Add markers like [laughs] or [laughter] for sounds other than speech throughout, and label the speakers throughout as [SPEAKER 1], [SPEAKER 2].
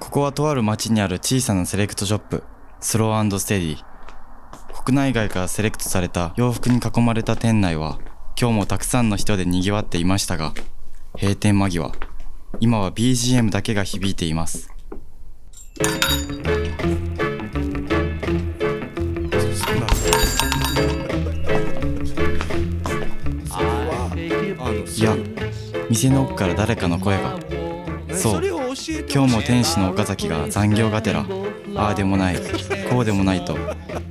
[SPEAKER 1] こはとある町にある小さなセレクトショップ、スローステディ。国内外からセレクトされた洋服に囲まれた店内は、今日もたくさんの人で賑わっていましたが、閉店間際、今は BGM だけが響いています。いや、店の奥から誰かの声が。そう、今日も天使の岡崎が残業がてらああでもないこうでもないと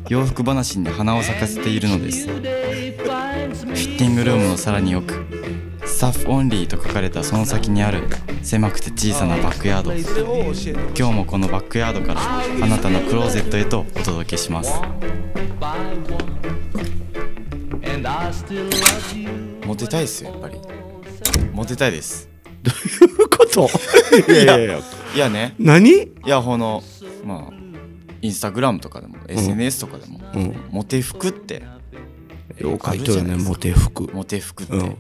[SPEAKER 1] 洋服話に花を咲かせているのですフィッティングルームのさらに奥スタッフオンリーと書かれたその先にある狭くて小さなバックヤード今日もこのバックヤードからあなたのクローゼットへとお届けします
[SPEAKER 2] And I still love you.
[SPEAKER 1] モテたいっすよやっぱりモテたいです
[SPEAKER 3] いうこといやいやいや
[SPEAKER 1] いやね
[SPEAKER 3] 何
[SPEAKER 1] いやこのまあインスタグラムとかでも SNS とかでも、
[SPEAKER 3] うん
[SPEAKER 1] モテ服って
[SPEAKER 3] よう書いとるよねモテ服
[SPEAKER 1] モテ服って、
[SPEAKER 3] うん
[SPEAKER 1] やっ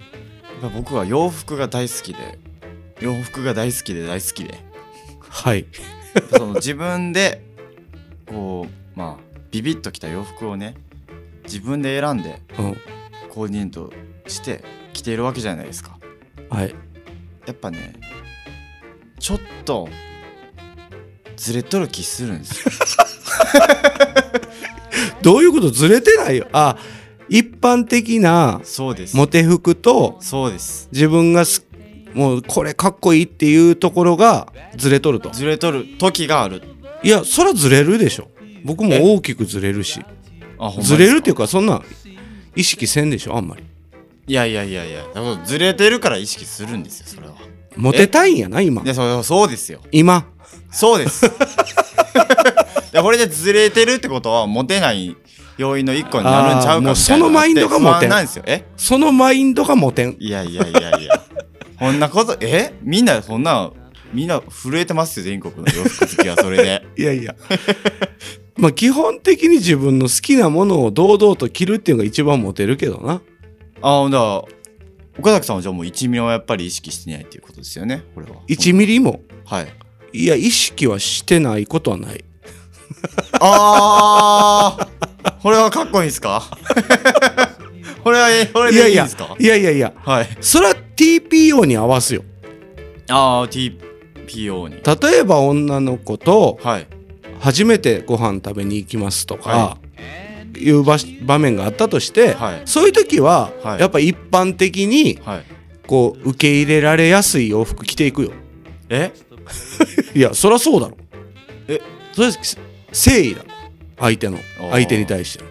[SPEAKER 1] ぱ僕は洋服が大好きで洋服が大好きで大好きで
[SPEAKER 3] はい
[SPEAKER 1] その自分でこうまあビビッときた洋服をね自分で選んで
[SPEAKER 3] うん
[SPEAKER 1] コーディネートして着ているわけじゃないですか
[SPEAKER 3] はい
[SPEAKER 1] やっぱねちょっとずれとる気するんですよ
[SPEAKER 3] どういうことずれてないよあ一般的な
[SPEAKER 1] そうです
[SPEAKER 3] モテ服と
[SPEAKER 1] そうです
[SPEAKER 3] 自分がすもうこれかっこいいっていうところがずれとると
[SPEAKER 1] ずれとる時がある
[SPEAKER 3] いやそらずれるでしょ僕も大きくずれるし
[SPEAKER 1] あほんまですか
[SPEAKER 3] ずれるっていうかそんなん意識せんでしょあんまり
[SPEAKER 1] いやいやいやいやだからずれてるから意識するんですよそれは
[SPEAKER 3] モテたいんやな今
[SPEAKER 1] いやそうそうですよ
[SPEAKER 3] 今
[SPEAKER 1] そうです [laughs] いやこれでずれてるってことはモテない要因の一個になるんちゃうかみたいな
[SPEAKER 3] あーもうそのマインドがモテん
[SPEAKER 1] 不安なんですよえ
[SPEAKER 3] そのマインドがモテん
[SPEAKER 1] いやいやいやいやこんなことえみんなそんなみんな震えてますよ全国の洋服好きはそれ
[SPEAKER 3] [laughs]
[SPEAKER 1] で
[SPEAKER 3] いやいやまあ基本的に自分の好きなものを堂々と着るっていうのが一番モテるけどな
[SPEAKER 1] あほんだ岡崎さんはじゃあもう1ミリもやっぱり意識してないっていうことですよねこれは
[SPEAKER 3] 1ミリも
[SPEAKER 1] はい
[SPEAKER 3] いや意識はしてないことはない
[SPEAKER 1] あーこれはかっこいいんす
[SPEAKER 3] [laughs]
[SPEAKER 1] かこれはえこれ
[SPEAKER 3] いや
[SPEAKER 1] で
[SPEAKER 3] い
[SPEAKER 1] いい
[SPEAKER 3] や
[SPEAKER 1] んすか
[SPEAKER 3] いやいやいや
[SPEAKER 1] はい
[SPEAKER 3] それは TPO に合わすよ
[SPEAKER 1] ああ TPO に
[SPEAKER 3] 例えば女の子と
[SPEAKER 1] はい
[SPEAKER 3] 初めてご飯食べに行きますとか、、
[SPEAKER 1] はい
[SPEAKER 3] う場し場面があったとして、
[SPEAKER 1] はい
[SPEAKER 3] そういう時は、
[SPEAKER 1] はい
[SPEAKER 3] やっぱ一般的に
[SPEAKER 1] はい
[SPEAKER 3] こう受け入れられやすい洋服着ていくよ
[SPEAKER 1] え
[SPEAKER 3] いやそりゃそうだろ
[SPEAKER 1] え
[SPEAKER 3] それ誠意だ相手の
[SPEAKER 1] あー
[SPEAKER 3] 相手に対して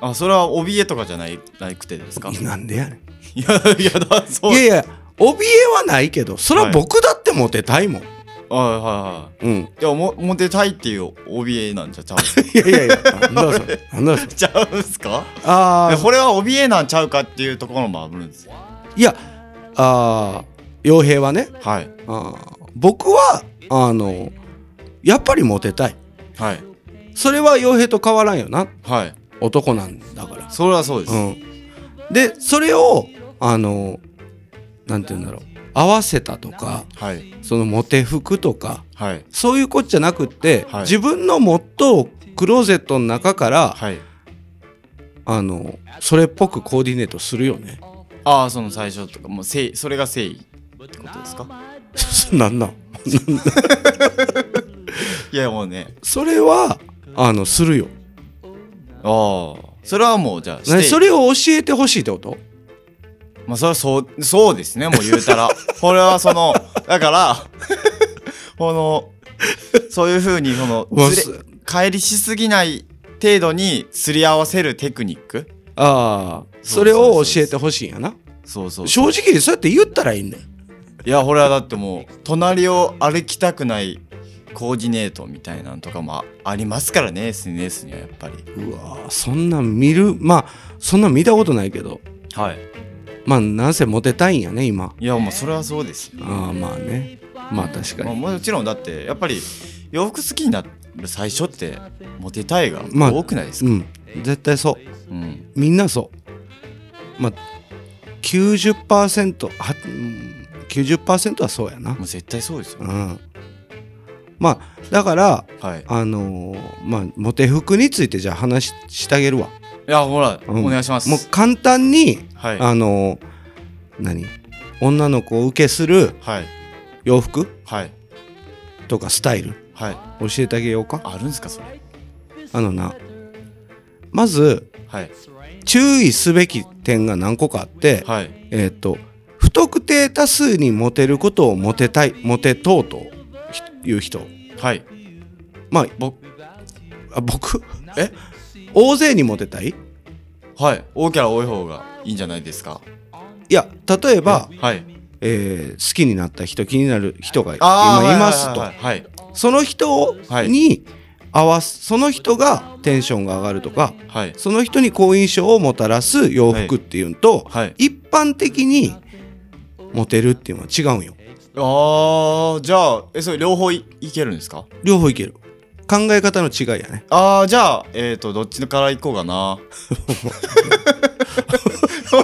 [SPEAKER 1] あそれは怯えとかじゃないなくてですかい
[SPEAKER 3] のなんでやねん
[SPEAKER 1] やいやだそう
[SPEAKER 3] いやいや怯えはないけどそれは僕だってモテたいもん、
[SPEAKER 1] はいは
[SPEAKER 3] うん
[SPEAKER 1] いはいいやもモテたいっていう怯えなんじゃちゃうん [laughs] すか
[SPEAKER 3] いやいやいや [laughs] なんだそれなんだそれ
[SPEAKER 1] ちゃうんすか
[SPEAKER 3] あ
[SPEAKER 1] いや
[SPEAKER 3] あ
[SPEAKER 1] これは怯えなんちゃうかっていうところもあるんですよ
[SPEAKER 3] いやああ傭兵はね
[SPEAKER 1] はい
[SPEAKER 3] あー僕はあのやっぱりモテたい
[SPEAKER 1] はい
[SPEAKER 3] それは傭兵と変わらんよな
[SPEAKER 1] はい
[SPEAKER 3] 男なんだから
[SPEAKER 1] それはそうです、
[SPEAKER 3] うんでそれをあのなんて言うんだろう合わせたとか
[SPEAKER 1] はい
[SPEAKER 3] そのモテ服とか
[SPEAKER 1] はい
[SPEAKER 3] そういうことじゃなくって、
[SPEAKER 1] はい
[SPEAKER 3] 自分のモットーをクローゼットの中から、
[SPEAKER 1] はい
[SPEAKER 3] あのそれっぽくコーディネートするよね [laughs]
[SPEAKER 1] ああその最初とかもう誠意それが誠意ってことですか
[SPEAKER 3] なんなん
[SPEAKER 1] いやもうね
[SPEAKER 3] それはあのするよ
[SPEAKER 1] ああそれはもうじゃあ
[SPEAKER 3] 何
[SPEAKER 1] して
[SPEAKER 3] それを教えてほしいってこと
[SPEAKER 1] まあそれはそうそうですねもう言うた [laughs] らこれはそのだからこのそういうふうにその
[SPEAKER 3] うわ
[SPEAKER 1] ずれ
[SPEAKER 3] す
[SPEAKER 1] 乖離しすぎない程度にすり合わせるテクニック
[SPEAKER 3] ああ
[SPEAKER 1] そ
[SPEAKER 3] そう
[SPEAKER 1] で
[SPEAKER 3] れ
[SPEAKER 1] す
[SPEAKER 3] を教えてほしいんやな
[SPEAKER 1] そうそう
[SPEAKER 3] 正直そうやって言ったらいいんだよ
[SPEAKER 1] いやこれはだってもう隣を歩きたくないコーディネートみたいなのとかもあありますからね SNS にはやっぱり
[SPEAKER 3] うわーそんなん見るまあそんなん見たことないけど
[SPEAKER 1] はい
[SPEAKER 3] まあなんせモテたいんやね今
[SPEAKER 1] いやもうそれはそうですよ
[SPEAKER 3] ああまあねまあ確か
[SPEAKER 1] まあ、
[SPEAKER 3] に
[SPEAKER 1] もちろんだってやっぱり洋服好きになる最初ってモテたいが
[SPEAKER 3] まあ
[SPEAKER 1] 多くないです
[SPEAKER 3] う
[SPEAKER 1] か、
[SPEAKER 3] ん絶対そ
[SPEAKER 1] う
[SPEAKER 3] う
[SPEAKER 1] ん
[SPEAKER 3] みんなそうまあ 90%, はうん90%はそうやな
[SPEAKER 1] もう絶対そうですよ
[SPEAKER 3] うんまあだから
[SPEAKER 1] はい
[SPEAKER 3] あのーまあモテ服についてじゃあ話ししてあげるわ
[SPEAKER 1] いやほら、
[SPEAKER 3] うん
[SPEAKER 1] お願いします
[SPEAKER 3] もう簡単に、
[SPEAKER 1] はい
[SPEAKER 3] あのー何女の子を受けする
[SPEAKER 1] はい
[SPEAKER 3] 洋服
[SPEAKER 1] はい
[SPEAKER 3] とかスタイル
[SPEAKER 1] はい
[SPEAKER 3] 教えてあげようか
[SPEAKER 1] あるんですかそれ
[SPEAKER 3] あのなまず
[SPEAKER 1] はい
[SPEAKER 3] 注意すべき点が何個かあって、
[SPEAKER 1] はい
[SPEAKER 3] えーっ、と不特定多数にモテることをモテたいモテとうという人
[SPEAKER 1] はい
[SPEAKER 3] まあ
[SPEAKER 1] 僕
[SPEAKER 3] あ僕
[SPEAKER 1] え
[SPEAKER 3] 大勢にモテたい
[SPEAKER 1] はい大キャラ多い方がいいんじゃないですか
[SPEAKER 3] いや例えば、
[SPEAKER 1] はい
[SPEAKER 3] えー好きになった人気になる人が
[SPEAKER 1] あー
[SPEAKER 3] 今います
[SPEAKER 1] は
[SPEAKER 3] と
[SPEAKER 1] いはいはい
[SPEAKER 3] その人
[SPEAKER 1] はい
[SPEAKER 3] に合わすその人がテンションが上がるとか
[SPEAKER 1] はいはい
[SPEAKER 3] その人に好印象をもたらす洋服っていうのと、
[SPEAKER 1] はいはい
[SPEAKER 3] 一般的にモテるっていうのは違うんよ
[SPEAKER 1] ああじゃあえそれ両方いいけるんですか
[SPEAKER 3] 両方いける考え方の違いやね
[SPEAKER 1] ああじゃあえっ、ー、とどっちから行こうかな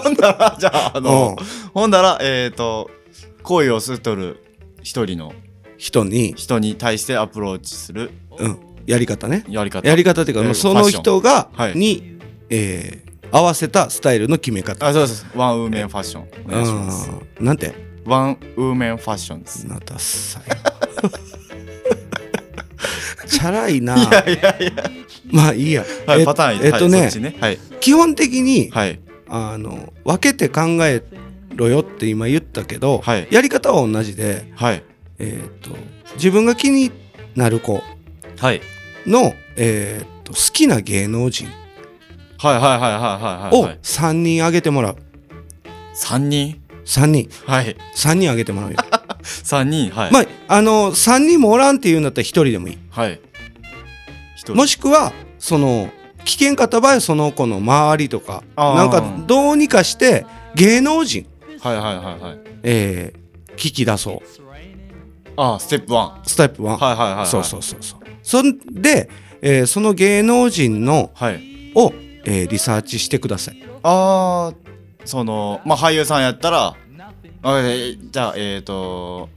[SPEAKER 1] ほんならじゃああの、
[SPEAKER 3] うん
[SPEAKER 1] ほんならえっ、ー、と恋をすとる一人の
[SPEAKER 3] 人に、
[SPEAKER 1] 人に対してアプローチする
[SPEAKER 3] うん、やり方ね
[SPEAKER 1] やり方
[SPEAKER 3] やり方っていうか、
[SPEAKER 1] えー
[SPEAKER 3] まあその人が、
[SPEAKER 1] ファッションはい
[SPEAKER 3] に、えー合わせたスタイルの決め方
[SPEAKER 1] あそうですワンウーメンファッションお願いします
[SPEAKER 3] うんなんて
[SPEAKER 1] ワンウーメンファッションです
[SPEAKER 3] なダサい [laughs] チャラいない
[SPEAKER 1] やいやいや
[SPEAKER 3] まあいいや、
[SPEAKER 1] はい
[SPEAKER 3] え
[SPEAKER 1] パターン
[SPEAKER 3] えっと
[SPEAKER 1] は
[SPEAKER 3] ね
[SPEAKER 1] いそっちねはい
[SPEAKER 3] 基本的に、
[SPEAKER 1] はい
[SPEAKER 3] あの分けて考えろよって今言ったけど、
[SPEAKER 1] はい
[SPEAKER 3] やり方は同じで、
[SPEAKER 1] はい
[SPEAKER 3] えっと自分が気になる子
[SPEAKER 1] はい
[SPEAKER 3] の、えっと好きな芸能人
[SPEAKER 1] はいはいはいはいはい
[SPEAKER 3] を
[SPEAKER 1] はい
[SPEAKER 3] 3人挙げてもらう
[SPEAKER 1] 三人
[SPEAKER 3] 3人
[SPEAKER 1] はい
[SPEAKER 3] 3人挙げてもらうよ
[SPEAKER 1] 三人はい、
[SPEAKER 3] まああの3人もおらんっていうんだったら1人でもいい
[SPEAKER 1] はい一人
[SPEAKER 3] もしくはその危険かった場合はその子の周りとか
[SPEAKER 1] あー
[SPEAKER 3] なんかどうにかして芸能人、
[SPEAKER 1] はいはいはいはい
[SPEAKER 3] えー聞き出そう
[SPEAKER 1] ああステップワン
[SPEAKER 3] ステップ1、
[SPEAKER 1] はいはいはい、はい、
[SPEAKER 3] そうそううそうそうそんで、えーその芸能人の
[SPEAKER 1] はい
[SPEAKER 3] を、えーリサーチしてください
[SPEAKER 1] ああそのまあ俳優さんやったらあえーじゃあえっ、ー、と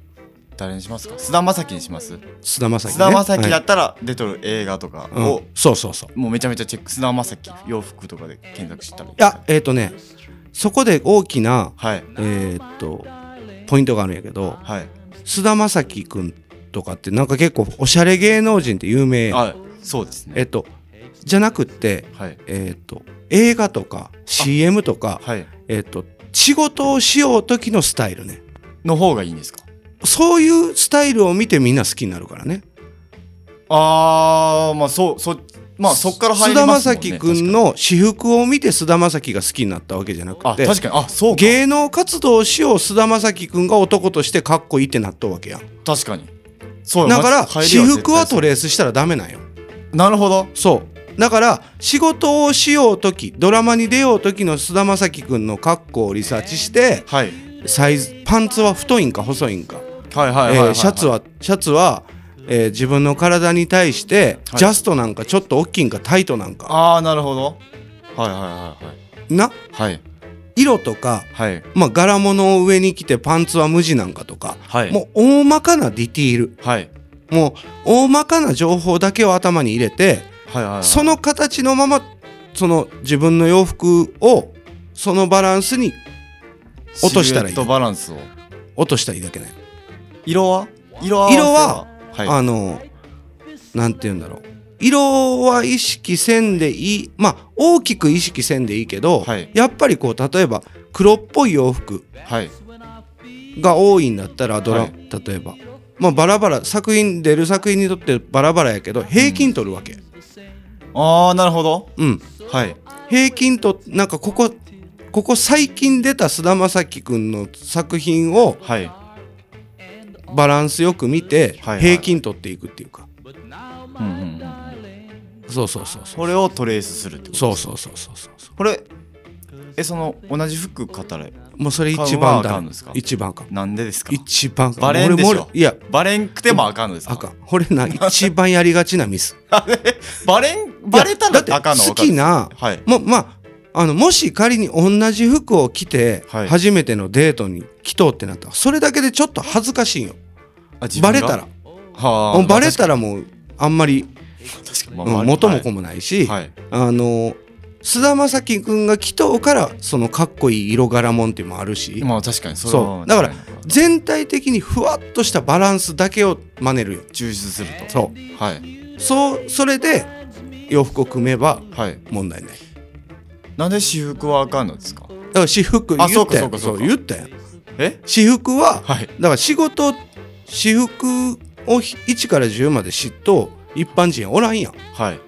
[SPEAKER 1] 誰にしますか菅田将暉にします
[SPEAKER 3] 菅田将暉、ね、
[SPEAKER 1] 菅田将暉や
[SPEAKER 3] はい
[SPEAKER 1] ったら出とる映画とか
[SPEAKER 3] うん
[SPEAKER 1] を、
[SPEAKER 3] そうそうそうい
[SPEAKER 1] もうめちゃめちゃチェック菅田将暉洋服とかで検索したらいい
[SPEAKER 3] やえっ、とねそこで大きな
[SPEAKER 1] はい
[SPEAKER 3] えーっとポイントがあるんやけど
[SPEAKER 1] はい
[SPEAKER 3] 菅田将暉君とかってなんか結構おしゃれ芸能人って有名やん
[SPEAKER 1] あそうですね
[SPEAKER 3] えっとじゃなくって
[SPEAKER 1] はい
[SPEAKER 3] えーっと映画とか CM とか
[SPEAKER 1] はい
[SPEAKER 3] えーっと仕事をしよう時のスタイルね
[SPEAKER 1] の方がいいんですか
[SPEAKER 3] そういうスタイルを見てみんな好きになるからね
[SPEAKER 1] あーまあそうそまあそっから入
[SPEAKER 3] 菅
[SPEAKER 1] りま
[SPEAKER 3] 田
[SPEAKER 1] すも
[SPEAKER 3] 将
[SPEAKER 1] んね
[SPEAKER 3] 暉君の私服を見て菅田将暉が好きになったわけじゃなく
[SPEAKER 1] あ
[SPEAKER 3] て
[SPEAKER 1] 確かにあそうか
[SPEAKER 3] 芸能活動をしよう菅田将暉君が男としてかっこいいってなったわけやん
[SPEAKER 1] 確かにそう
[SPEAKER 3] だから私服はト
[SPEAKER 1] れ
[SPEAKER 3] レースしたらダメなんよ
[SPEAKER 1] なるほど
[SPEAKER 3] そうだから仕事をしよう時ドラマに出よう時の菅田将暉君の格好をリサーチして
[SPEAKER 1] はい
[SPEAKER 3] サイズパンツは太いんか細いんか
[SPEAKER 1] はいはいはいはい、
[SPEAKER 3] えーシャツはシャツは、えー自分の体に対して
[SPEAKER 1] はい
[SPEAKER 3] ジャストなんかちょっと大きいんかタイトなんか
[SPEAKER 1] ああなるほどはいはい
[SPEAKER 3] な
[SPEAKER 1] はい
[SPEAKER 3] 色とか、
[SPEAKER 1] はいはい
[SPEAKER 3] まあ、柄物を上に着てパンツは無地なんかとか、
[SPEAKER 1] はい
[SPEAKER 3] もう大まかなディティール
[SPEAKER 1] はい
[SPEAKER 3] もう大まかな情報だけを頭に入れて
[SPEAKER 1] はいはいはい
[SPEAKER 3] その形のままその自分の洋服をそのバランスに落としたらい
[SPEAKER 1] シ
[SPEAKER 3] い
[SPEAKER 1] ルエットバランスを
[SPEAKER 3] 落としたらいいだけね、
[SPEAKER 1] 色は色は
[SPEAKER 3] 色は
[SPEAKER 1] はい
[SPEAKER 3] あのなんて言うんだろう色は意識せんでいいまあ大きく意識せんでいいけど、
[SPEAKER 1] はい
[SPEAKER 3] やっぱりこう例えば黒っぽい洋服
[SPEAKER 1] はい
[SPEAKER 3] が多いんだったらドラ、
[SPEAKER 1] はい
[SPEAKER 3] 例えば、まあ、バラバラ作品出る作品にとってバラバラやけど平均取るわけ、
[SPEAKER 1] ああなるほど
[SPEAKER 3] うん、
[SPEAKER 1] はい
[SPEAKER 3] 平均となんかここここ最近出た菅田将暉君の作品を
[SPEAKER 1] はい
[SPEAKER 3] バランスよく見て
[SPEAKER 1] はいはい
[SPEAKER 3] 平均取っていくっていうか、
[SPEAKER 1] うんうんうんうん
[SPEAKER 3] そうそうそうそう
[SPEAKER 1] これをトレースするってこと
[SPEAKER 3] そうそうそうそうそう
[SPEAKER 1] これえその同じ服買ったら
[SPEAKER 3] もうそれ一番
[SPEAKER 1] 買うのはあか
[SPEAKER 3] だ
[SPEAKER 1] んですか
[SPEAKER 3] 一番あかん
[SPEAKER 1] なんでですか
[SPEAKER 3] 一番あかん
[SPEAKER 1] バレんでしょ
[SPEAKER 3] 俺も俺いや
[SPEAKER 1] バレんくてもあかんのですか
[SPEAKER 3] あかんこれな一番やりがちなミス
[SPEAKER 1] [laughs] バレんバレた
[SPEAKER 3] い
[SPEAKER 1] ら
[SPEAKER 3] やだ
[SPEAKER 1] あ
[SPEAKER 3] って
[SPEAKER 1] かんの
[SPEAKER 3] 好きな
[SPEAKER 1] はい
[SPEAKER 3] もまああのもし仮に同じ服を着て
[SPEAKER 1] はい
[SPEAKER 3] 初めてのデートに来とうってなったらそれだけでちょっと恥ずかしいんよ
[SPEAKER 1] あ自
[SPEAKER 3] バ
[SPEAKER 1] 分が
[SPEAKER 3] レたら
[SPEAKER 1] は
[SPEAKER 3] もうバレたらもうあんまり、
[SPEAKER 1] 確かに、
[SPEAKER 3] うん元も子もないし、
[SPEAKER 1] はい
[SPEAKER 3] あの菅田将暉君が来とうからそのかっこいい色柄もんっていうのもあるし
[SPEAKER 1] まあ確かにれは
[SPEAKER 3] そうだから全体的にふわっとしたバランスだけを真似るよ
[SPEAKER 1] 充実すると
[SPEAKER 3] そ
[SPEAKER 1] はい、
[SPEAKER 3] そうそれで洋服を組めば
[SPEAKER 1] はい、
[SPEAKER 3] 問題ない
[SPEAKER 1] なんで私服はあかんのですか
[SPEAKER 3] だから私服言
[SPEAKER 1] あ
[SPEAKER 3] った
[SPEAKER 1] そうか
[SPEAKER 3] や
[SPEAKER 1] そうか
[SPEAKER 3] ん
[SPEAKER 1] そう
[SPEAKER 3] そ
[SPEAKER 1] か
[SPEAKER 3] う言ったやん
[SPEAKER 1] え
[SPEAKER 3] 私服は
[SPEAKER 1] はい
[SPEAKER 3] だから仕事私服を1から10まで知っとう一般人おらんやん
[SPEAKER 1] はい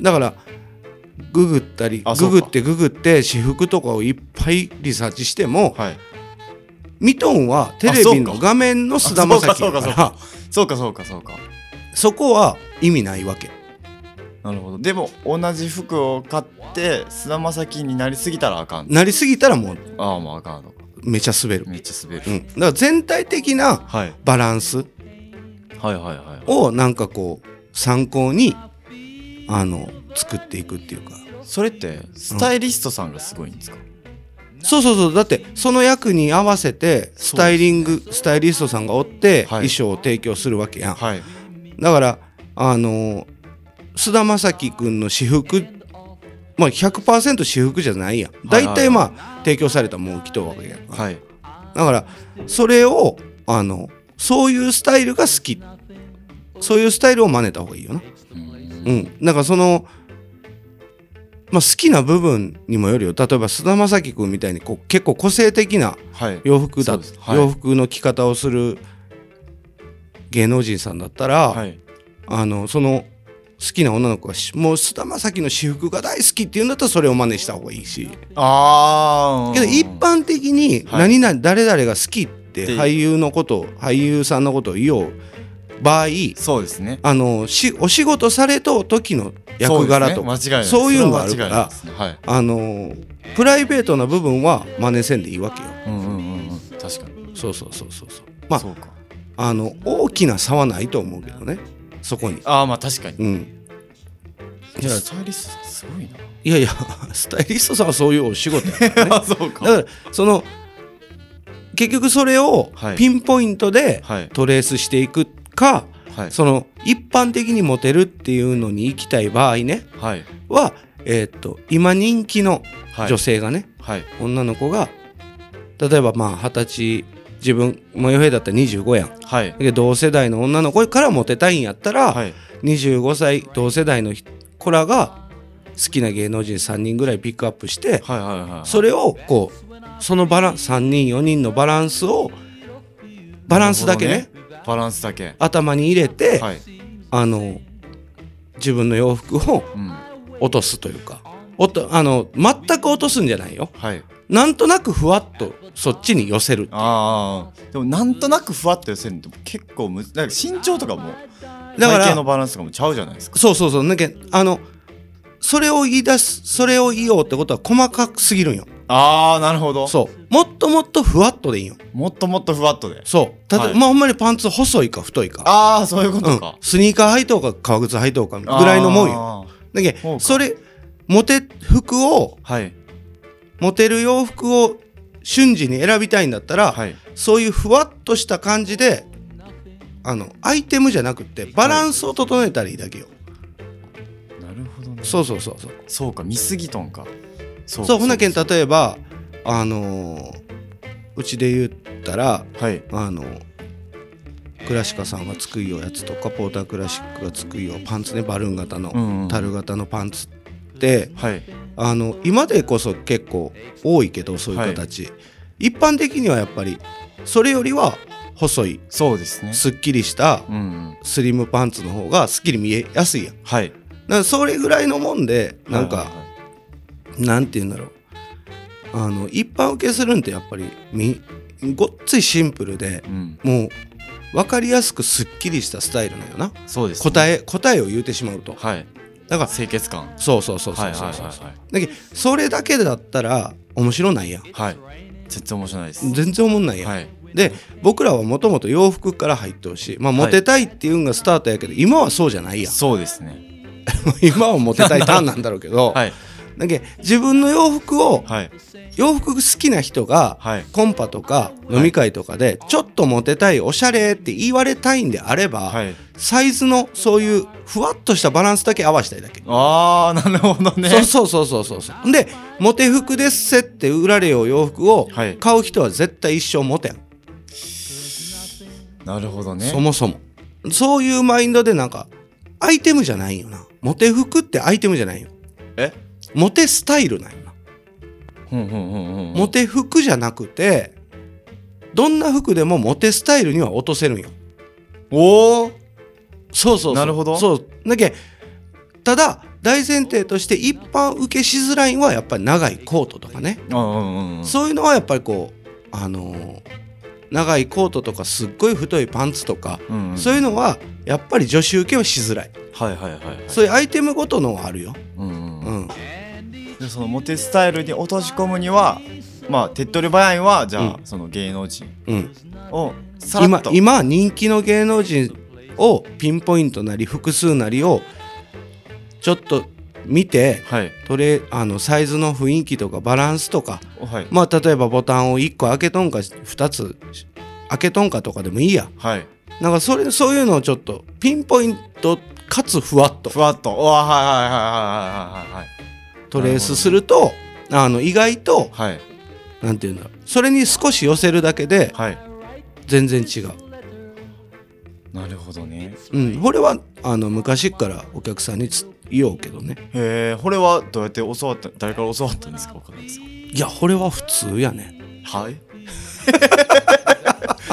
[SPEAKER 3] だからググったり
[SPEAKER 1] あそう
[SPEAKER 3] グ
[SPEAKER 1] か
[SPEAKER 3] グってググって私服とかをいっぱいリサーチしても、
[SPEAKER 1] はい
[SPEAKER 3] ミトンはテレビ
[SPEAKER 1] あそう
[SPEAKER 3] の
[SPEAKER 1] か
[SPEAKER 3] 画面の菅田将暉
[SPEAKER 1] あそう
[SPEAKER 3] だ
[SPEAKER 1] か
[SPEAKER 3] か
[SPEAKER 1] そうか
[SPEAKER 3] ら
[SPEAKER 1] そうかそうかそうか
[SPEAKER 3] そこは意味ないわけ
[SPEAKER 1] なるほどでも同じ服を買って菅田将暉になりすぎたらあかん
[SPEAKER 3] なりすぎたらもう
[SPEAKER 1] ああもうあかんのか
[SPEAKER 3] めちゃ滑る、
[SPEAKER 1] めっちゃ滑る、
[SPEAKER 3] うん、だから全体的な
[SPEAKER 1] はい、
[SPEAKER 3] バランス
[SPEAKER 1] はいはいはいはい
[SPEAKER 3] をなんかこう参考にあの作っていくっていうか
[SPEAKER 1] それってスタイリストさんがすごいんですか、
[SPEAKER 3] そうそうそうだってその役に合わせてスタイリング、スタイリストさんがおって
[SPEAKER 1] はい
[SPEAKER 3] 衣装を提供するわけやん、
[SPEAKER 1] はい
[SPEAKER 3] だからあの菅田将暉君の私服まあ100%私服じゃないやん
[SPEAKER 1] はい
[SPEAKER 3] 大
[SPEAKER 1] はい
[SPEAKER 3] 体まあ提供されたもん着とうわけやんか
[SPEAKER 1] はい
[SPEAKER 3] だからそれをあのそういうスタイルが好きそういうスタイルを真似た方がいいよな
[SPEAKER 1] うん
[SPEAKER 3] うんなんかそのまあ好きな部分にもよるよ例えば菅田将暉君みたいにこう結構個性的な
[SPEAKER 1] はい
[SPEAKER 3] 洋服だ、
[SPEAKER 1] そうですはい
[SPEAKER 3] 洋服の着方をする芸能人さんだったら、
[SPEAKER 1] はい
[SPEAKER 3] あのその好きな女の子がしもう菅田将暉の私服が大好きっていうんだったらそれを真似した方がいいし
[SPEAKER 1] ああ
[SPEAKER 3] けど一般的に
[SPEAKER 1] はい
[SPEAKER 3] 何々誰々が好きって
[SPEAKER 1] で
[SPEAKER 3] 俳優のことを俳優さんのことを言おう場合
[SPEAKER 1] そうですね
[SPEAKER 3] あのしお仕事されとう時の役柄と
[SPEAKER 1] そう
[SPEAKER 3] か
[SPEAKER 1] ですね間違いない
[SPEAKER 3] そういうのがあるか
[SPEAKER 1] それは間違いない
[SPEAKER 3] ら
[SPEAKER 1] ですねはい
[SPEAKER 3] あのプライベートな部分は真似せんでいいわけよ
[SPEAKER 1] うんうんうんうん確かに
[SPEAKER 3] そうそうそうそうそうまあ
[SPEAKER 1] そうか
[SPEAKER 3] あの大きな差はないと思うけどねそこに
[SPEAKER 1] ああまあ確かに
[SPEAKER 3] うん
[SPEAKER 1] いやスタイリストさんすごいない
[SPEAKER 3] やいやスタイリストさんはそういうお仕事やからね
[SPEAKER 1] あそうか
[SPEAKER 3] だからその結局それを
[SPEAKER 1] はい
[SPEAKER 3] ピンポイントで
[SPEAKER 1] はい
[SPEAKER 3] トレースしていくか、
[SPEAKER 1] はい
[SPEAKER 3] その一般的にモテるっていうのに行きたい場合ね
[SPEAKER 1] はい
[SPEAKER 3] は、えーっと今人気の
[SPEAKER 1] はい
[SPEAKER 3] 女性がね、
[SPEAKER 1] はい
[SPEAKER 3] 女の子が例えばまあ二十歳自分模様絵だったら25やん。
[SPEAKER 1] はい
[SPEAKER 3] で同世代の女の子からモテたいんやったら、
[SPEAKER 1] はい
[SPEAKER 3] 25歳同世代の子らが好きな芸能人3人ぐらいピックアップして、
[SPEAKER 1] はいはいはいはい
[SPEAKER 3] それをこうそのバラン3人4人のバランスをバランスだけね
[SPEAKER 1] なるほどバランスだけ
[SPEAKER 3] 頭に入れて、
[SPEAKER 1] はい
[SPEAKER 3] あの自分の洋服を
[SPEAKER 1] うん
[SPEAKER 3] 落とすというかおとあの全く落とすんじゃないよ
[SPEAKER 1] はい
[SPEAKER 3] なんとなくふわっとそっちに寄せる
[SPEAKER 1] ああでもなんとなくふわっと寄せるのって結構むずなんか身長とかも
[SPEAKER 3] だか
[SPEAKER 1] 体型
[SPEAKER 3] ら
[SPEAKER 1] のバランスとかもちゃうじゃないですか
[SPEAKER 3] そうそうそうなんかあのそれを言い出すそれを言おうってことは細かくすぎるんよ
[SPEAKER 1] ああなるほど
[SPEAKER 3] そうもっともっとふわっとでいいんよ
[SPEAKER 1] もっともっとふわっとで
[SPEAKER 3] そうただ、
[SPEAKER 1] はい
[SPEAKER 3] まあほんまにパンツ細いか太いか
[SPEAKER 1] ああそういうこ
[SPEAKER 3] う
[SPEAKER 1] と
[SPEAKER 3] ん
[SPEAKER 1] か、
[SPEAKER 3] スニーカー履いとうか革靴履いとうかぐらいのもんよ
[SPEAKER 1] よ
[SPEAKER 3] だ
[SPEAKER 1] そ
[SPEAKER 3] け
[SPEAKER 1] うか
[SPEAKER 3] どそれモテ服を
[SPEAKER 1] はい
[SPEAKER 3] モテる洋服を瞬時に選びたいんだったら、
[SPEAKER 1] はい
[SPEAKER 3] そういうふわっとした感じであのアイテムじゃなくてバランスを整えたらいいだけよ、
[SPEAKER 1] なるほどね
[SPEAKER 3] そうそうそうそう
[SPEAKER 1] そうか見すぎとんかそ
[SPEAKER 3] そうほなけん
[SPEAKER 1] た
[SPEAKER 3] 例えばあのーうちで言ったら
[SPEAKER 1] はい
[SPEAKER 3] あのクラシカさんが作いようやつとかポータークラシックが作いようパンツねバルーン型の、
[SPEAKER 1] うんうん
[SPEAKER 3] 樽型のパンツって
[SPEAKER 1] はい
[SPEAKER 3] あの今でこそ結構多いけどそういう形、一般的にはやっぱりそれよりは細い
[SPEAKER 1] そうですね
[SPEAKER 3] すっきりした
[SPEAKER 1] うんうん
[SPEAKER 3] スリムパンツの方がすっきり見えやすいやんだか
[SPEAKER 1] はい
[SPEAKER 3] らそれぐらいのもんでな
[SPEAKER 1] は
[SPEAKER 3] ん
[SPEAKER 1] いはい
[SPEAKER 3] か
[SPEAKER 1] はい
[SPEAKER 3] なんて言うんだろうあの一般受けするんってやっぱりみごっついシンプルで
[SPEAKER 1] うん
[SPEAKER 3] もう分かりやすくすっきりしたスタイルなんよな
[SPEAKER 1] そうですね
[SPEAKER 3] 答え答えを言うてしまうと
[SPEAKER 1] はい
[SPEAKER 3] だから
[SPEAKER 1] 清潔感
[SPEAKER 3] そうそうそう
[SPEAKER 1] は
[SPEAKER 3] そ
[SPEAKER 1] いうはい
[SPEAKER 3] そう
[SPEAKER 1] はい
[SPEAKER 3] そう
[SPEAKER 1] は
[SPEAKER 3] だけどそれだけだったら面白ないやん
[SPEAKER 1] いはい全然面白いです
[SPEAKER 3] 全然思んないやん、
[SPEAKER 1] はい
[SPEAKER 3] で僕らはもともと洋服から入ってほしいまあモテたいっていうんがスター [laughs] トやけど、今はそうじゃないやん
[SPEAKER 1] そうですね
[SPEAKER 3] 今はモテたいターンなんだろうけど、
[SPEAKER 1] [laughs] はい
[SPEAKER 3] だけ自分の洋服を
[SPEAKER 1] はい
[SPEAKER 3] 洋服好きな人が、
[SPEAKER 1] はい
[SPEAKER 3] コンパとか飲み会とかでちょっとモテたいおしゃれって言われたいんであれば、
[SPEAKER 1] はい
[SPEAKER 3] サイズのそういうふわっとしたバランスだけ合わせたいだけ、
[SPEAKER 1] ああなるほどね
[SPEAKER 3] そうそうそうそうそうそうでモテ服ですせって売られよう洋服を
[SPEAKER 1] はい
[SPEAKER 3] 買う人は絶対一生モテん、
[SPEAKER 1] なるほどね
[SPEAKER 3] そもそもそういうマインドでなんかアイテムじゃないよなモテ服ってアイテムじゃないよ
[SPEAKER 1] え
[SPEAKER 3] モテスタイルなんよな
[SPEAKER 1] ほんほんほんほん
[SPEAKER 3] モテ服じゃなくてどんな服でもモテスタイルには落とせるんよ
[SPEAKER 1] おお
[SPEAKER 3] そうそうそう
[SPEAKER 1] なるほど
[SPEAKER 3] そうだけただ大前提として一般受けしづらいのはやっぱり長いコートとかね、
[SPEAKER 1] あうんうんうん
[SPEAKER 3] そういうのはやっぱりこうあのー長いコートとかすっごい太いパンツとか、
[SPEAKER 1] うんうん
[SPEAKER 3] そういうのはやっぱり女子受けはしづらい、
[SPEAKER 1] はいはいはいはい
[SPEAKER 3] そういうアイテムごとのはあるよ、
[SPEAKER 1] うんうんうん
[SPEAKER 3] うん、
[SPEAKER 1] でそのモテスタイルに落とし込むにはまあ手っ取り早いのはじゃあ、
[SPEAKER 3] う
[SPEAKER 1] その芸能人
[SPEAKER 3] うん、
[SPEAKER 1] をさらっ
[SPEAKER 3] 今
[SPEAKER 1] と
[SPEAKER 3] 今人気の芸能人をピンポイントなり複数なりをちょっと見て
[SPEAKER 1] はい
[SPEAKER 3] トレあのサイズの雰囲気とかバランスとか
[SPEAKER 1] おはい
[SPEAKER 3] まあ例えばボタンを1個開けとんか2つ開けとんかとかでもいいや
[SPEAKER 1] はい
[SPEAKER 3] なんかそれそういうのをちょっとピンポイントかつふわっと
[SPEAKER 1] ふわっとうわはいはいはいはい
[SPEAKER 3] トレースするとあの意外と
[SPEAKER 1] はいはい
[SPEAKER 3] なんていうんだろうそれに少し寄せるだけで
[SPEAKER 1] はいはい
[SPEAKER 3] 全然違う、
[SPEAKER 1] なるほどね
[SPEAKER 3] うん、これはあの昔っからお客さんにつ言おうけどね
[SPEAKER 1] へえこれはどうやって教わった誰から教わったんですかわかんないですか
[SPEAKER 3] いやこれは普通やね
[SPEAKER 1] はい [laughs]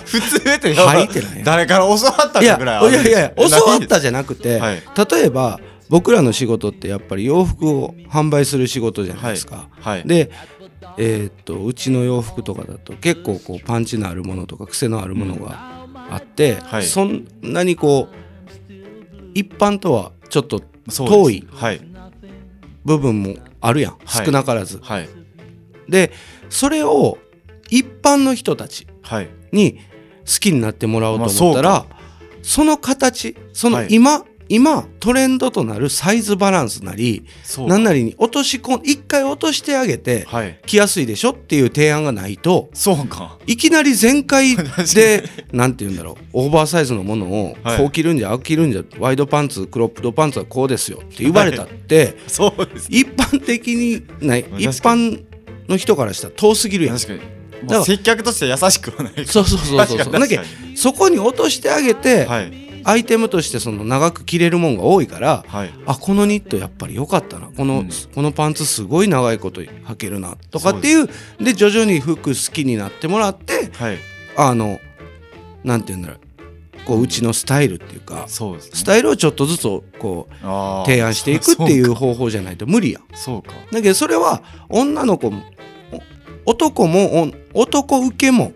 [SPEAKER 1] 普通って
[SPEAKER 3] はいってなんや
[SPEAKER 1] 誰から教わった
[SPEAKER 3] い
[SPEAKER 1] か
[SPEAKER 3] や
[SPEAKER 1] ぐ
[SPEAKER 3] い
[SPEAKER 1] らいある
[SPEAKER 3] やいや教わっ
[SPEAKER 1] ない
[SPEAKER 3] たじゃなくて、
[SPEAKER 1] はい
[SPEAKER 3] 例えば僕らの仕事ってやっぱり洋服を販売する仕事じゃないですか、
[SPEAKER 1] はい
[SPEAKER 3] で、えーっとうちの洋服とかだと結構こうパンチのあるものとか癖のあるものがあって、
[SPEAKER 1] はい
[SPEAKER 3] そんなにこう一般とはちょっと
[SPEAKER 1] そうです
[SPEAKER 3] 遠い
[SPEAKER 1] はい
[SPEAKER 3] 部分もあるやん、
[SPEAKER 1] はい
[SPEAKER 3] 少なからず。
[SPEAKER 1] はい
[SPEAKER 3] でそれを一般の人たち
[SPEAKER 1] はい
[SPEAKER 3] に好きになってもらおうと思ったら、その形その
[SPEAKER 1] はい
[SPEAKER 3] 今、今トレンドとなるサイズバランスなり
[SPEAKER 1] そう
[SPEAKER 3] なんなりに落とし込ん一回落としてあげて、
[SPEAKER 1] はい
[SPEAKER 3] 着やすいでしょっていう提案がないと
[SPEAKER 1] そうか
[SPEAKER 3] いきなり全
[SPEAKER 1] [laughs]
[SPEAKER 3] 開でなんて言うんだろうオーバーサイズのものを
[SPEAKER 1] はい
[SPEAKER 3] こう着るんじゃ、ああ着るんじゃワイドパンツクロップドパンツはこうですよって言われたって、
[SPEAKER 1] そうです
[SPEAKER 3] 一般的にない
[SPEAKER 1] まあ
[SPEAKER 3] 一般の人からしたら遠すぎるやん
[SPEAKER 1] 確かに、
[SPEAKER 3] だから
[SPEAKER 1] まあ、接客として優しくはない
[SPEAKER 3] そうそうそうそうそ
[SPEAKER 1] 確
[SPEAKER 3] う
[SPEAKER 1] か
[SPEAKER 3] だ
[SPEAKER 1] に
[SPEAKER 3] けど
[SPEAKER 1] 確か
[SPEAKER 3] そこに落としてあげて、
[SPEAKER 1] はい
[SPEAKER 3] アイテムとしてその長く着れるもんが多いから、
[SPEAKER 1] はい
[SPEAKER 3] あこのニットやっぱり良かったなこ
[SPEAKER 1] う
[SPEAKER 3] の,、
[SPEAKER 1] ん
[SPEAKER 3] このパンツすごい長いこと履けるなとかっていうで徐々に服好きになってもらって
[SPEAKER 1] はい
[SPEAKER 3] あのなんて言うんだろうこううちのスタイルっていうか
[SPEAKER 1] そうです、ね、
[SPEAKER 3] スタイルをちょっとずつこう
[SPEAKER 1] あー
[SPEAKER 3] 提案していくっていう方法じゃないと無理やん。
[SPEAKER 1] そうか
[SPEAKER 3] だけどそれは女の子もお男もお男受けも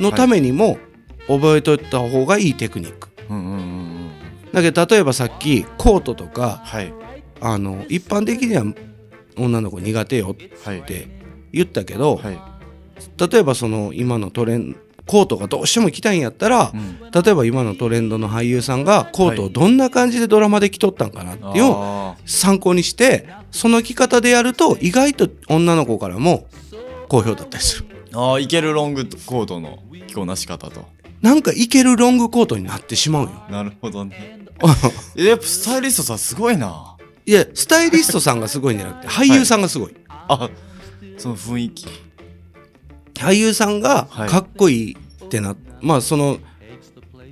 [SPEAKER 3] のためにも覚えといた方がいいテクニック。
[SPEAKER 1] そうかうんうんうんうん
[SPEAKER 3] だけど例えばさっきコートとか
[SPEAKER 1] はい
[SPEAKER 3] あの一般的には女の子苦手よっ
[SPEAKER 1] はい
[SPEAKER 3] て言ったけど、
[SPEAKER 1] はい
[SPEAKER 3] 例えばその今のトレンコートがどうしても着たいんやったら、
[SPEAKER 1] うん
[SPEAKER 3] 例えば今のトレンドの俳優さんがコートをどんな感じでドラマで着とったんかなっていうのを
[SPEAKER 1] あ
[SPEAKER 3] 参考にしてその着方でやると意外と女の子からも好評だったりする
[SPEAKER 1] ーあーいけるロングコートの着こなし方と
[SPEAKER 3] なんかいけるロングコートになってしまうよ
[SPEAKER 1] なるほどね
[SPEAKER 3] [laughs]
[SPEAKER 1] えやっぱスタイリストさんすごいない
[SPEAKER 3] やスタイリストさんがすごいんじゃなくて俳優さんがすごい、
[SPEAKER 1] あその雰囲気
[SPEAKER 3] 俳優さんが
[SPEAKER 1] はい
[SPEAKER 3] かっこいいってな、まあその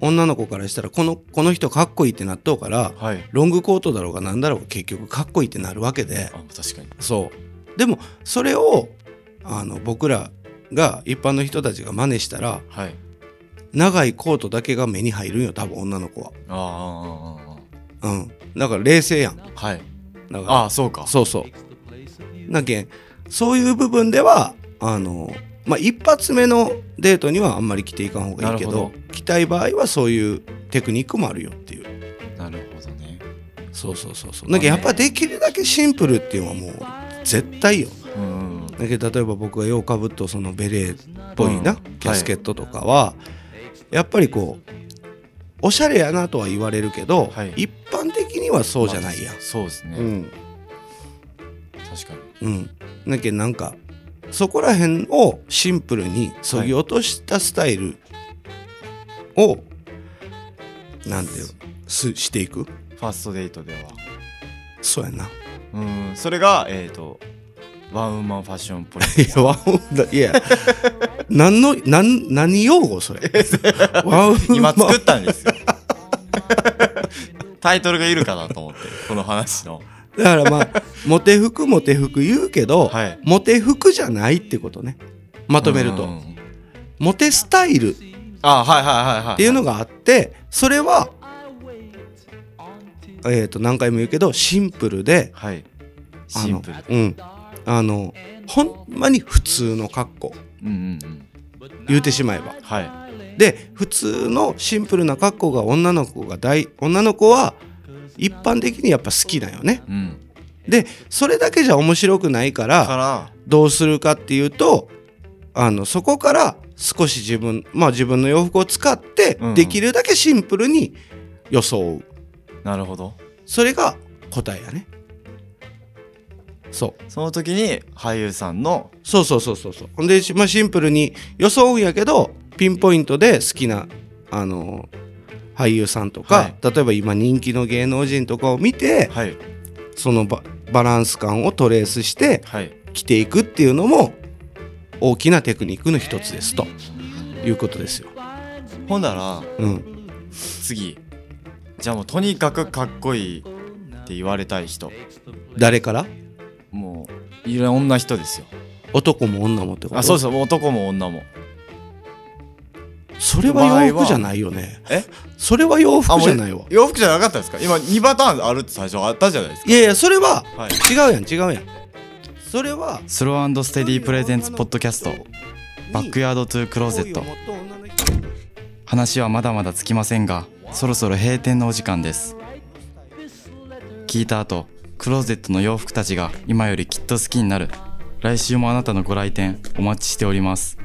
[SPEAKER 3] 女の子からしたらこのこの人かっこいいってなっとうから
[SPEAKER 1] はい
[SPEAKER 3] ロングコートだろうが何だろうが結局かっこいいってなるわけで
[SPEAKER 1] あ確かに
[SPEAKER 3] そうでもそれをあの僕らが一般の人たちが真似したら
[SPEAKER 1] はい
[SPEAKER 3] 長いコートだけが目に入るんよ多分女の子は
[SPEAKER 1] あ
[SPEAKER 3] うんだから冷静やんだか
[SPEAKER 1] あはい
[SPEAKER 3] ら
[SPEAKER 1] ああそうか
[SPEAKER 3] そうそうなんけんそういう部分ではあのまあ一発目のデートにはあんまり着ていかん方がいいけど
[SPEAKER 1] なるほ
[SPEAKER 3] 着たい場合はそういうテクニックもあるよっていう
[SPEAKER 1] なるほどね
[SPEAKER 3] そうそうそうそうなんかやっぱできるだけシンプルっていうのはもう絶対よ
[SPEAKER 1] うんうん
[SPEAKER 3] だけど例えば僕がようかぶっとそのベレーっぽいな、
[SPEAKER 1] うん
[SPEAKER 3] キャスケットとかは、やっぱりこうおしゃれやなとは言われるけど、
[SPEAKER 1] はい
[SPEAKER 3] 一般的にはそうじゃないやん、
[SPEAKER 1] そうですね、
[SPEAKER 3] うん
[SPEAKER 1] 確かに
[SPEAKER 3] うん。だけどなんか、そこら辺をシンプルに削ぎ落としたスタイルを、なんていうすしていく。
[SPEAKER 1] ファーストデートでは
[SPEAKER 3] そうやな。
[SPEAKER 1] うんそれがえっ、とワンウーマンファッションポリ
[SPEAKER 3] いや、ワンオンだ、
[SPEAKER 1] [laughs]
[SPEAKER 3] いや、何の、なん何用語それ。ワンオン
[SPEAKER 1] 今作ったんですよタイトルがいるかなと思ってこの話の
[SPEAKER 3] だからま
[SPEAKER 1] [laughs]
[SPEAKER 3] あ、モテ服、モテ服言うけど、
[SPEAKER 1] はい
[SPEAKER 3] モテ服じゃないってことね。まとめると
[SPEAKER 1] う。ん
[SPEAKER 3] モテスタイルっ
[SPEAKER 1] あはいはいはいはい
[SPEAKER 3] ていうのがあって、それは、えっ、と、何回も言うけど、シンプルで、
[SPEAKER 1] はい
[SPEAKER 3] あ
[SPEAKER 1] シン
[SPEAKER 3] の
[SPEAKER 1] プル、
[SPEAKER 3] うん。あの、ほんまに普通の格好、
[SPEAKER 1] うんうんうん
[SPEAKER 3] 言うてしまえば。
[SPEAKER 1] はい
[SPEAKER 3] で、普通のシンプルな格好が女の子が大、女の子は一般的にやっぱ好きだよね。
[SPEAKER 1] うん
[SPEAKER 3] で、それだけじゃ面白くないか
[SPEAKER 1] だ
[SPEAKER 3] ら、
[SPEAKER 1] から
[SPEAKER 3] どうするかっていうと、あの、そこから少し自分、まあ自分の洋服を使って
[SPEAKER 1] うんう、ん
[SPEAKER 3] できるだけシンプルに装う。
[SPEAKER 1] なるほど
[SPEAKER 3] それが答えやね。そう。
[SPEAKER 1] その時に俳優さんの
[SPEAKER 3] そうそうそうそうそうほんで、しまあ、シンプルに装うんやけどピンポイントで好きなあの俳優さんとか、
[SPEAKER 1] はい
[SPEAKER 3] 例えば今人気の芸能人とかを見て
[SPEAKER 1] はい
[SPEAKER 3] そのババランス感をトレースして
[SPEAKER 1] はい
[SPEAKER 3] 着ていくっていうのも大きなテクニックの一つですということですよ。
[SPEAKER 1] ほんなら
[SPEAKER 3] うん、
[SPEAKER 1] 次じゃあもうとにかくかっこいいって言われたい人
[SPEAKER 3] 誰から
[SPEAKER 1] もういろんな人ですよ
[SPEAKER 3] 男も女もってこと
[SPEAKER 1] あそうそうもう男も女も
[SPEAKER 3] それは洋服じゃないよね。
[SPEAKER 1] え
[SPEAKER 3] それは洋
[SPEAKER 1] あ
[SPEAKER 3] 服
[SPEAKER 1] もう
[SPEAKER 3] じゃないわ。
[SPEAKER 1] 洋服じゃなかったですか今2パターンあるって最初あったじゃないですか
[SPEAKER 3] いやいやそれは
[SPEAKER 1] はい
[SPEAKER 3] 違うやん違うやん。それは
[SPEAKER 1] スローステディープレゼンツポッドキャストバックヤードトゥークローゼット話はまだまだつきませんがそろそろ閉店のお時間です聞いた後クローゼットの洋服たちが今よりきっと好きになる来週もあなたのご来店お待ちしております